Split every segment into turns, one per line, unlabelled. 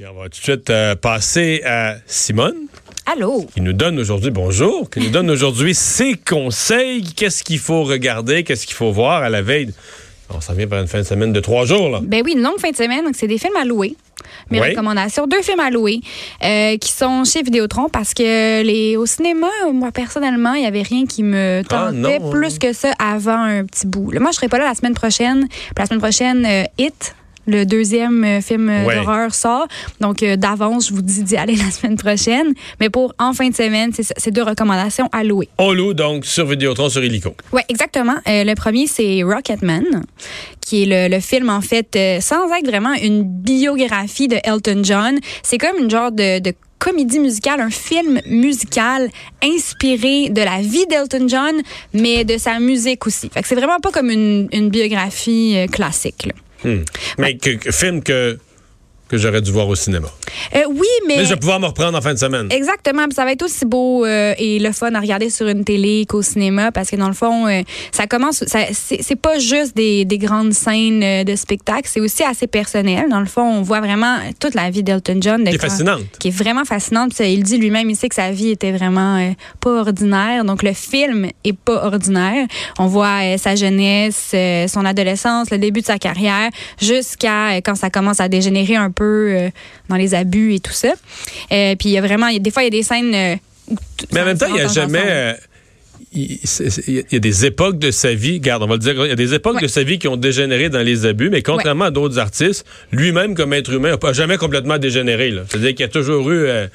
Et on va tout de suite euh, passer à Simone,
Allô?
qui nous donne aujourd'hui, bonjour, qui nous donne aujourd'hui ses conseils. Qu'est-ce qu'il faut regarder, qu'est-ce qu'il faut voir à la veille. de- On s'en vient par une fin de semaine de trois jours, là.
Ben oui, une longue fin de semaine, donc c'est des films à louer. Mes
Oui.
recommandations, deux films à louer euh, qui sont chez Vidéotron parce que les au cinéma, moi personnellement, il n'y avait rien qui me
Ah,
tentait
non, hein.
plus que ça avant un petit bout. Là, moi, je serai pas là la semaine prochaine. Puis La semaine prochaine, euh, Hit. Le deuxième euh, film euh,
Ouais.
d'horreur sort. Donc, euh, d'avance, je vous dis d'y aller la semaine prochaine. Mais pour en fin de semaine, c'est ça, c'est deux recommandations à louer.
On loue donc sur Vidéotron, sur Illico.
Oui, exactement. Euh, le premier, c'est Rocketman, qui est le, le film, en fait, euh, sans être vraiment une biographie de Elton John. C'est comme une genre de, de comédie musicale, un film musical inspiré de la vie d'Elton John, mais de sa musique aussi. Fait que c'est vraiment pas comme une, une biographie euh, classique. là.
Hmm. Mais que, que- film que, que j'aurais dû voir au cinéma.
Euh, oui, mais...
Mais je vais pouvoir me reprendre en fin de semaine.
Exactement. Puis ça va être aussi beau euh, et le fun à regarder sur une télé qu'au cinéma parce que dans le fond, euh, ça commence. ça- c'est c'est pas juste des, des grandes scènes euh, de spectacle, c'est aussi assez personnel. Dans le fond, on voit vraiment toute la vie d'Elton John. de
Qui est
quand-
fascinante.
Qui est vraiment fascinante. Puis ça, il dit lui-même, il sait que sa vie était vraiment euh, pas ordinaire. Donc le film est pas ordinaire. On voit euh, sa jeunesse, euh, son adolescence, le début de sa carrière, jusqu'à euh, quand ça commence à dégénérer un peu euh, dans les abus et tout ça. Euh, puis il y a vraiment, il y a- des fois il y a des scènes. euh, où tout-
Mais en
ça-
même temps,
ça
il n'y a
entend
jamais.
ensemble.
euh, Il c'est- c'est- il y a des époques de sa vie, garde, on va le dire, il y a des époques
Ouais.
de sa vie qui ont dégénéré dans les abus, mais contrairement à d'autres artistes, lui-même comme être humain n'a pas jamais complètement dégénéré. là. C'est-à-dire qu'il y a toujours eu euh,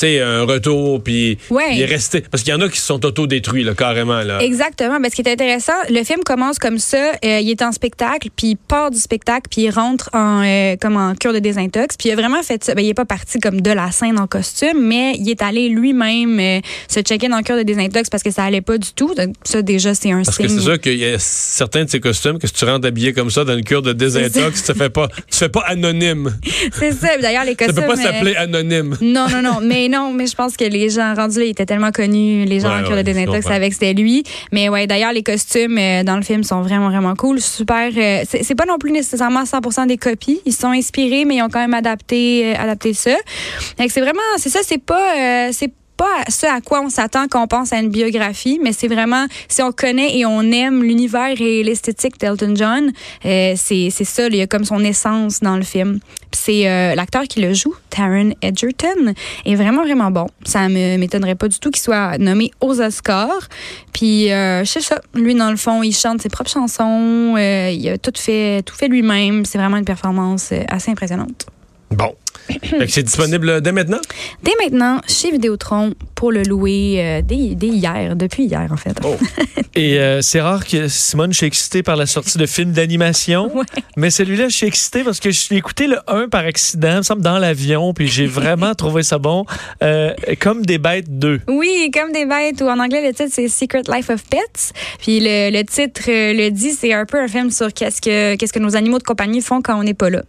tu sais, un retour, puis
Ouais.
il est resté. Parce qu'il y en a qui se sont autodétruits, là, carrément. Là.
Exactement. Ben, ce qui est intéressant, le film commence comme ça. euh, il est en spectacle, puis il part du spectacle, puis il rentre en, euh, comme en cure de désintox. Puis il a vraiment fait ça. Ben, il est pas parti comme de la scène en costume, mais il est allé lui-même euh, se checker en cure de désintox parce que ça allait pas du tout. Donc, ça, déjà, c'est un
Parce
signe.
que c'est sûr qu'il y a certains de ses costumes que si tu rentres habillé comme ça dans une cure de désintox, tu ne fais, pas- tu fais pas anonyme.
C'est ça. D'ailleurs, les
Ça
costumes.
peut pas
euh,
s'appeler anonyme.
Non, non, non. Mais non, mais je pense que les gens rendus là, ils étaient tellement connus. Les gens
Ouais,
en cure
ouais,
de
je
désintox
comprends.
avec c'était lui. Mais ouais, d'ailleurs, les costumes euh, dans le film sont vraiment, vraiment cool. Super. euh, c'est c'est pas non plus nécessairement 100 des copies. Ils se sont inspirés, mais ils ont quand même adapté, euh, adapté ça. Fait que c'est vraiment, c'est ça, c'est pas. euh, c'est pas ce à quoi on s'attend quand on pense à une biographie, mais c'est vraiment si on connaît et on aime l'univers et l'esthétique d'Elton John, euh, c'est c'est ça, là, il y a comme son essence dans le film. Puis c'est euh, l'acteur qui le joue, Taron Edgerton, est vraiment vraiment bon. Ça ne m'étonnerait pas du tout qu'il soit nommé aux Oscars. Puis euh, je sais ça, lui dans le fond, il chante ses propres chansons, euh, il a tout fait tout fait lui-même, c'est vraiment une performance euh, assez impressionnante.
Bon. Fait que c'est disponible dès maintenant?
Dès maintenant, chez Vidéotron, pour le louer euh, dès, dès hier, depuis hier en fait.
Oh.
Et euh, c'est rare que Simone, je suis excité par la sortie de films d'animation.
Ouais.
Mais celui-là, je suis excité parce que j'ai écouté le 1 par accident, il me semble, dans l'avion. Puis j'ai vraiment trouvé ça bon. Euh, comme des bêtes 2.
Oui, comme des bêtes, ou en anglais, le titre, c'est Secret Life of Pets. Puis le, le titre euh, le dit, c'est un peu un film sur qu'est-ce que, qu'est-ce que nos animaux de compagnie font quand on n'est pas là.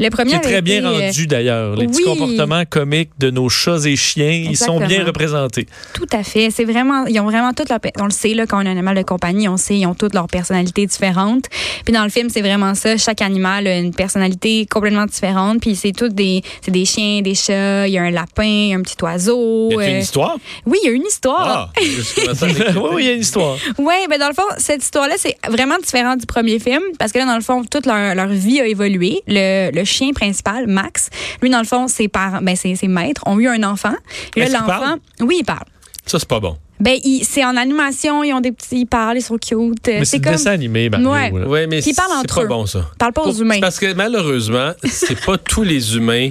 Le premier
Qui est
avait
très bien
été, euh,
rendu d'ailleurs. Les petits
oui.
comportements comiques de nos chats et chiens, ils sont bien
Exactement.
représentés.
Tout à fait. C'est vraiment, ils ont vraiment toute leur, pe- on le sait, là, quand on a un animal de compagnie, on sait, ils ont toutes leurs personnalités différentes. Puis dans le film, c'est vraiment ça. Chaque animal a une personnalité complètement différente. Puis c'est tous des, c'est des chiens, des chats, il y a un lapin, un petit oiseau.
Y a-t-il
euh,
une histoire?
Oui, il y a une histoire.
Ah! Juste commencer à
oui,
l'écouter.
oui, il y a une histoire.
Oui, mais ben, dans le fond, cette histoire-là, c'est vraiment différent du premier film parce que là, dans le fond, toute leur, leur vie a évolué. Le, le chien principal, Max, lui, dans le fond, ses parents, ben, ses, ses maîtres ont eu un enfant. Et là,
Est-ce qu'il
l'enfant,
parle?
oui, il parle.
Ça, c'est pas bon.
Ben, il- c'est en animation, ils ont des petits, ils parlent, ils sont cute. Euh,
Mais c'est
C'est
le
comme,
dessin animé, Mario.
Ouais.
là.
Oui, mais
Qui
c'est
parlent entre
pas
eux.
bon, ça.
parle pas aux
Pour-
humains.
c'est Parce que malheureusement, c'est pas tous les humains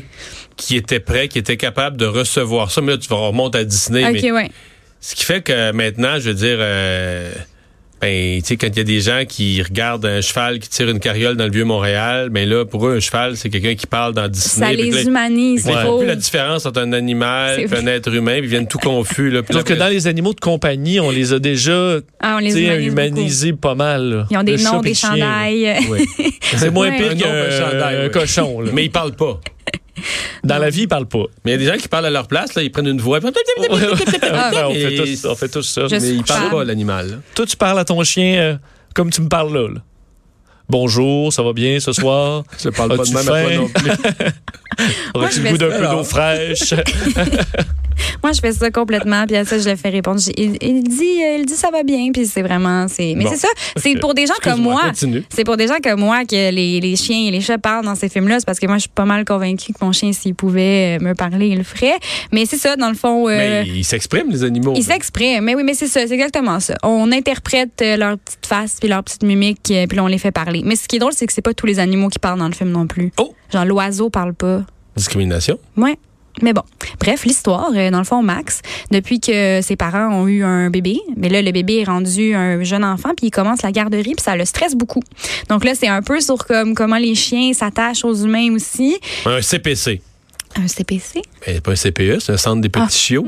qui étaient prêts, qui étaient capables de recevoir ça. Mais là, tu vas on remonte à Disney.
Ok,
mais
ouais.
ce qui fait que maintenant, je veux dire, euh, ben, tu sais, quand il y a des gens qui regardent un cheval qui tire une carriole dans le vieux Montréal, mais là, pour eux, un cheval, c'est quelqu'un qui parle dans Disney.
Ça
Puis là,
les
ils
humanise.
font
c'est
plus
beau.
la différence entre un animal
C'est
et un
vrai.
être humain, puis ils viennent tout confus. Là, Puis
Alors que
après-
dans les animaux de compagnie, on les a déjà
Ah, on
tu
les
sais,
humanise. beaucoup.
humanisés pas mal. là.
Ils ont des
Le
noms,
chat
des
et le chien, là.
chandails.
Oui.
C'est moins
Ouais.
pire
Un
qu'un
nom, un chandail,
un
oui.
cochon. là.
mais ils parlent pas.
Dans la vie, il parle pas.
Mais il y a des gens qui parlent à leur place, là, ils prennent une voix. puis-
Ah.
Ouais, on, fait
Et-
tous, on fait tous ça.
Je
Mais
suis
Mais il parle
coupable.
pas, l'animal. là.
Toi, tu parles à ton chien euh, comme tu me parles là. là. bonjour, ça va bien ce soir?
Je parle pas de
As-tu
même à toi
faim?
non plus.
Aurais-tu
je
le
vais-
goût d'un peu d'eau
Alors.
fraîche?
Moi, je fais ça complètement, puis à ça, je le fais répondre. J'ai- Il, il dit, euh, il dit ça va bien, puis c'est vraiment. c'est Mais
Bon.
c'est ça, c'est
Ok.
pour des gens comme
Excuse-moi,
moi.
Continue.
C'est pour des gens comme moi que les, les chiens et les chats parlent dans ces films-là. C'est parce que moi, je suis pas mal convaincue que mon chien, s'il pouvait euh, me parler, il le ferait. Mais c'est ça, dans le fond. euh,
Mais hein. ils s'expriment, les animaux.
Ils s'expriment, mais oui, mais c'est ça, c'est exactement ça. On interprète euh, leur petite face puis leur petite mimique, euh, puis là, on les fait parler. Mais ce qui est drôle, c'est que c'est pas tous les animaux qui parlent dans le film non plus.
Oh!
Genre l'oiseau parle pas.
Discrimination.
Ouais. Mais bon, bref, l'histoire, euh, dans le fond, Max, depuis que ses parents ont eu un bébé, mais là, le bébé est rendu un jeune enfant, puis il commence la garderie, puis ça le stresse beaucoup. Donc là, c'est un peu sur comme comment les chiens s'attachent aux humains aussi.
Un CPC.
Un CPC?
Mais c'est pas un CPE, c'est un centre des petits
Ah.
chiots.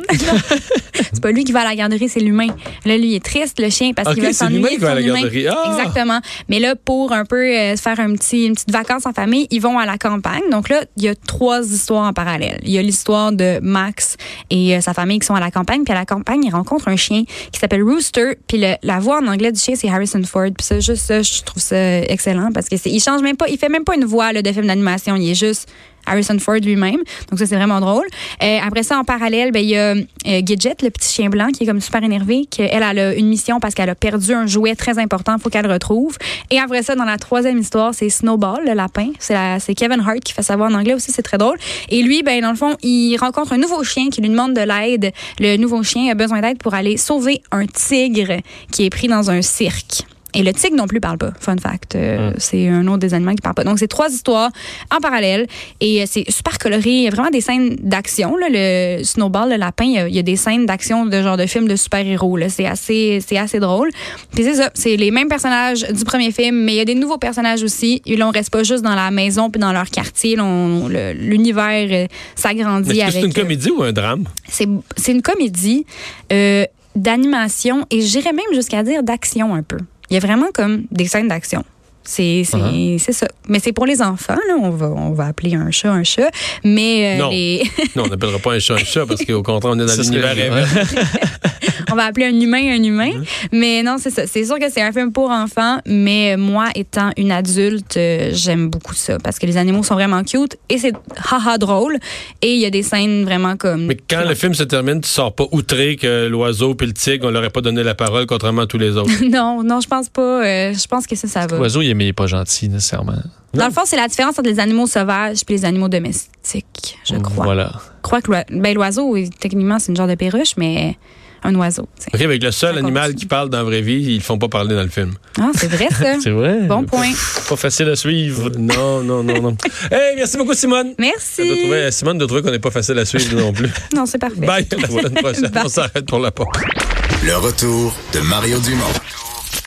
C'est pas lui qui va à la garderie, c'est l'humain. Là, lui, il est triste, le chien, parce qu'il
Ok,
va
c'est l'humain
s'ennuyer
qui
de
va
son
à la
humain.
garderie. Ah!
Exactement. Mais là, pour un peu euh, se faire un petit, une petite vacance en famille, ils vont à la campagne. Donc là, il y a trois histoires en parallèle. Il y a l'histoire de Max et euh, sa famille qui sont à la campagne. Puis à la campagne, ils rencontrent un chien qui s'appelle Rooster. Puis le- la voix en anglais du chien, c'est Harrison Ford. Puis ça, juste ça, je trouve ça excellent parce que c'est- il change même pas, il fait même pas une voix là, de film d'animation. Il est juste Harrison Ford lui-même. Donc ça, c'est vraiment drôle. Euh, après ça, en parallèle, ben, il y a euh, Gidget, le petit chien blanc, qui est comme super énervé, qu'elle elle a une mission parce qu'elle a perdu un jouet très important, faut qu'elle le retrouve. Et après ça, dans la troisième histoire, c'est Snowball, le lapin. C'est la- c'est Kevin Hart qui fait savoir en anglais aussi, c'est très drôle. Et lui, ben, dans le fond, il rencontre un nouveau chien qui lui demande de l'aide. Le nouveau chien a besoin d'aide pour aller sauver un tigre qui est pris dans un cirque. Et le tigre non plus parle pas. Fun fact.
Hmm.
Euh, C'est un autre des animaux qui parle pas. Donc, c'est trois histoires en parallèle. Et euh, c'est super coloré. Il y a vraiment des scènes d'action. là. Le Snowball, le lapin, il y a, il y a des scènes d'action de genre de film de super-héros. là. C'est assez, c'est assez drôle. Puis c'est ça. C'est les mêmes personnages du premier film, mais il y a des nouveaux personnages aussi. Et là, on reste pas juste dans la maison puis dans leur quartier. Là, on- le- L'univers
Mais
euh, s'agrandit
Est-ce que
avec.
c'est une
euh,
comédie ou un drame?
c'est c'est une comédie euh, d'animation et j'irais même jusqu'à dire d'action un peu. Il y a vraiment comme des scènes d'action. C'est c'est-
Uh-huh.
Ah.
c'est ça. Mais c'est pour les enfants, là. On va, on va appeler un chat un chat. Mais euh,
Non.
les-
Non, on n'appellera pas un chat un chat parce qu'au contraire, on est
Ça
dans
serait-
l'univers
Ouais.
rêvé.
on va appeler un humain un humain.
Uh-huh.
Mais non, c'est ça. C'est sûr que c'est un film pour enfants, mais moi, étant une adulte, euh, j'aime beaucoup ça parce que les animaux sont vraiment cute et c'est haha drôle. Et il y a des scènes vraiment comme.
Mais quand le film se termine, tu sors pas outré que l'oiseau puis le tigre, on leur a pas donné la parole, contrairement à tous les autres.
Non, non, je pense pas. euh, je pense que ça, ça va.
L'oiseau, il est, mais il est pas gentil, nécessairement.
Dans le fond, c'est la différence entre les animaux sauvages et les animaux domestiques, je crois.
Voilà.
Je crois que l'oi- ben, l'oiseau, oui, techniquement, c'est une genre de perruche, mais un oiseau. tu sais.
OK, avec le seul
Ça
animal
continue.
qui parle dans la vraie vie, ils le font pas parler dans le film.
Ah, c'est vrai, ça.
C'est vrai.
bon point.
Pas facile à suivre.
Non, non, non, non. hey, merci beaucoup, Simone. Ça doit
Merci.
trouver- Simone doit trouver qu'on n'est pas facile à suivre non plus.
Non, c'est parfait.
Bye, à la semaine prochaine.
Bye.
On s'arrête pour la pop.
Le retour de Mario Dumont.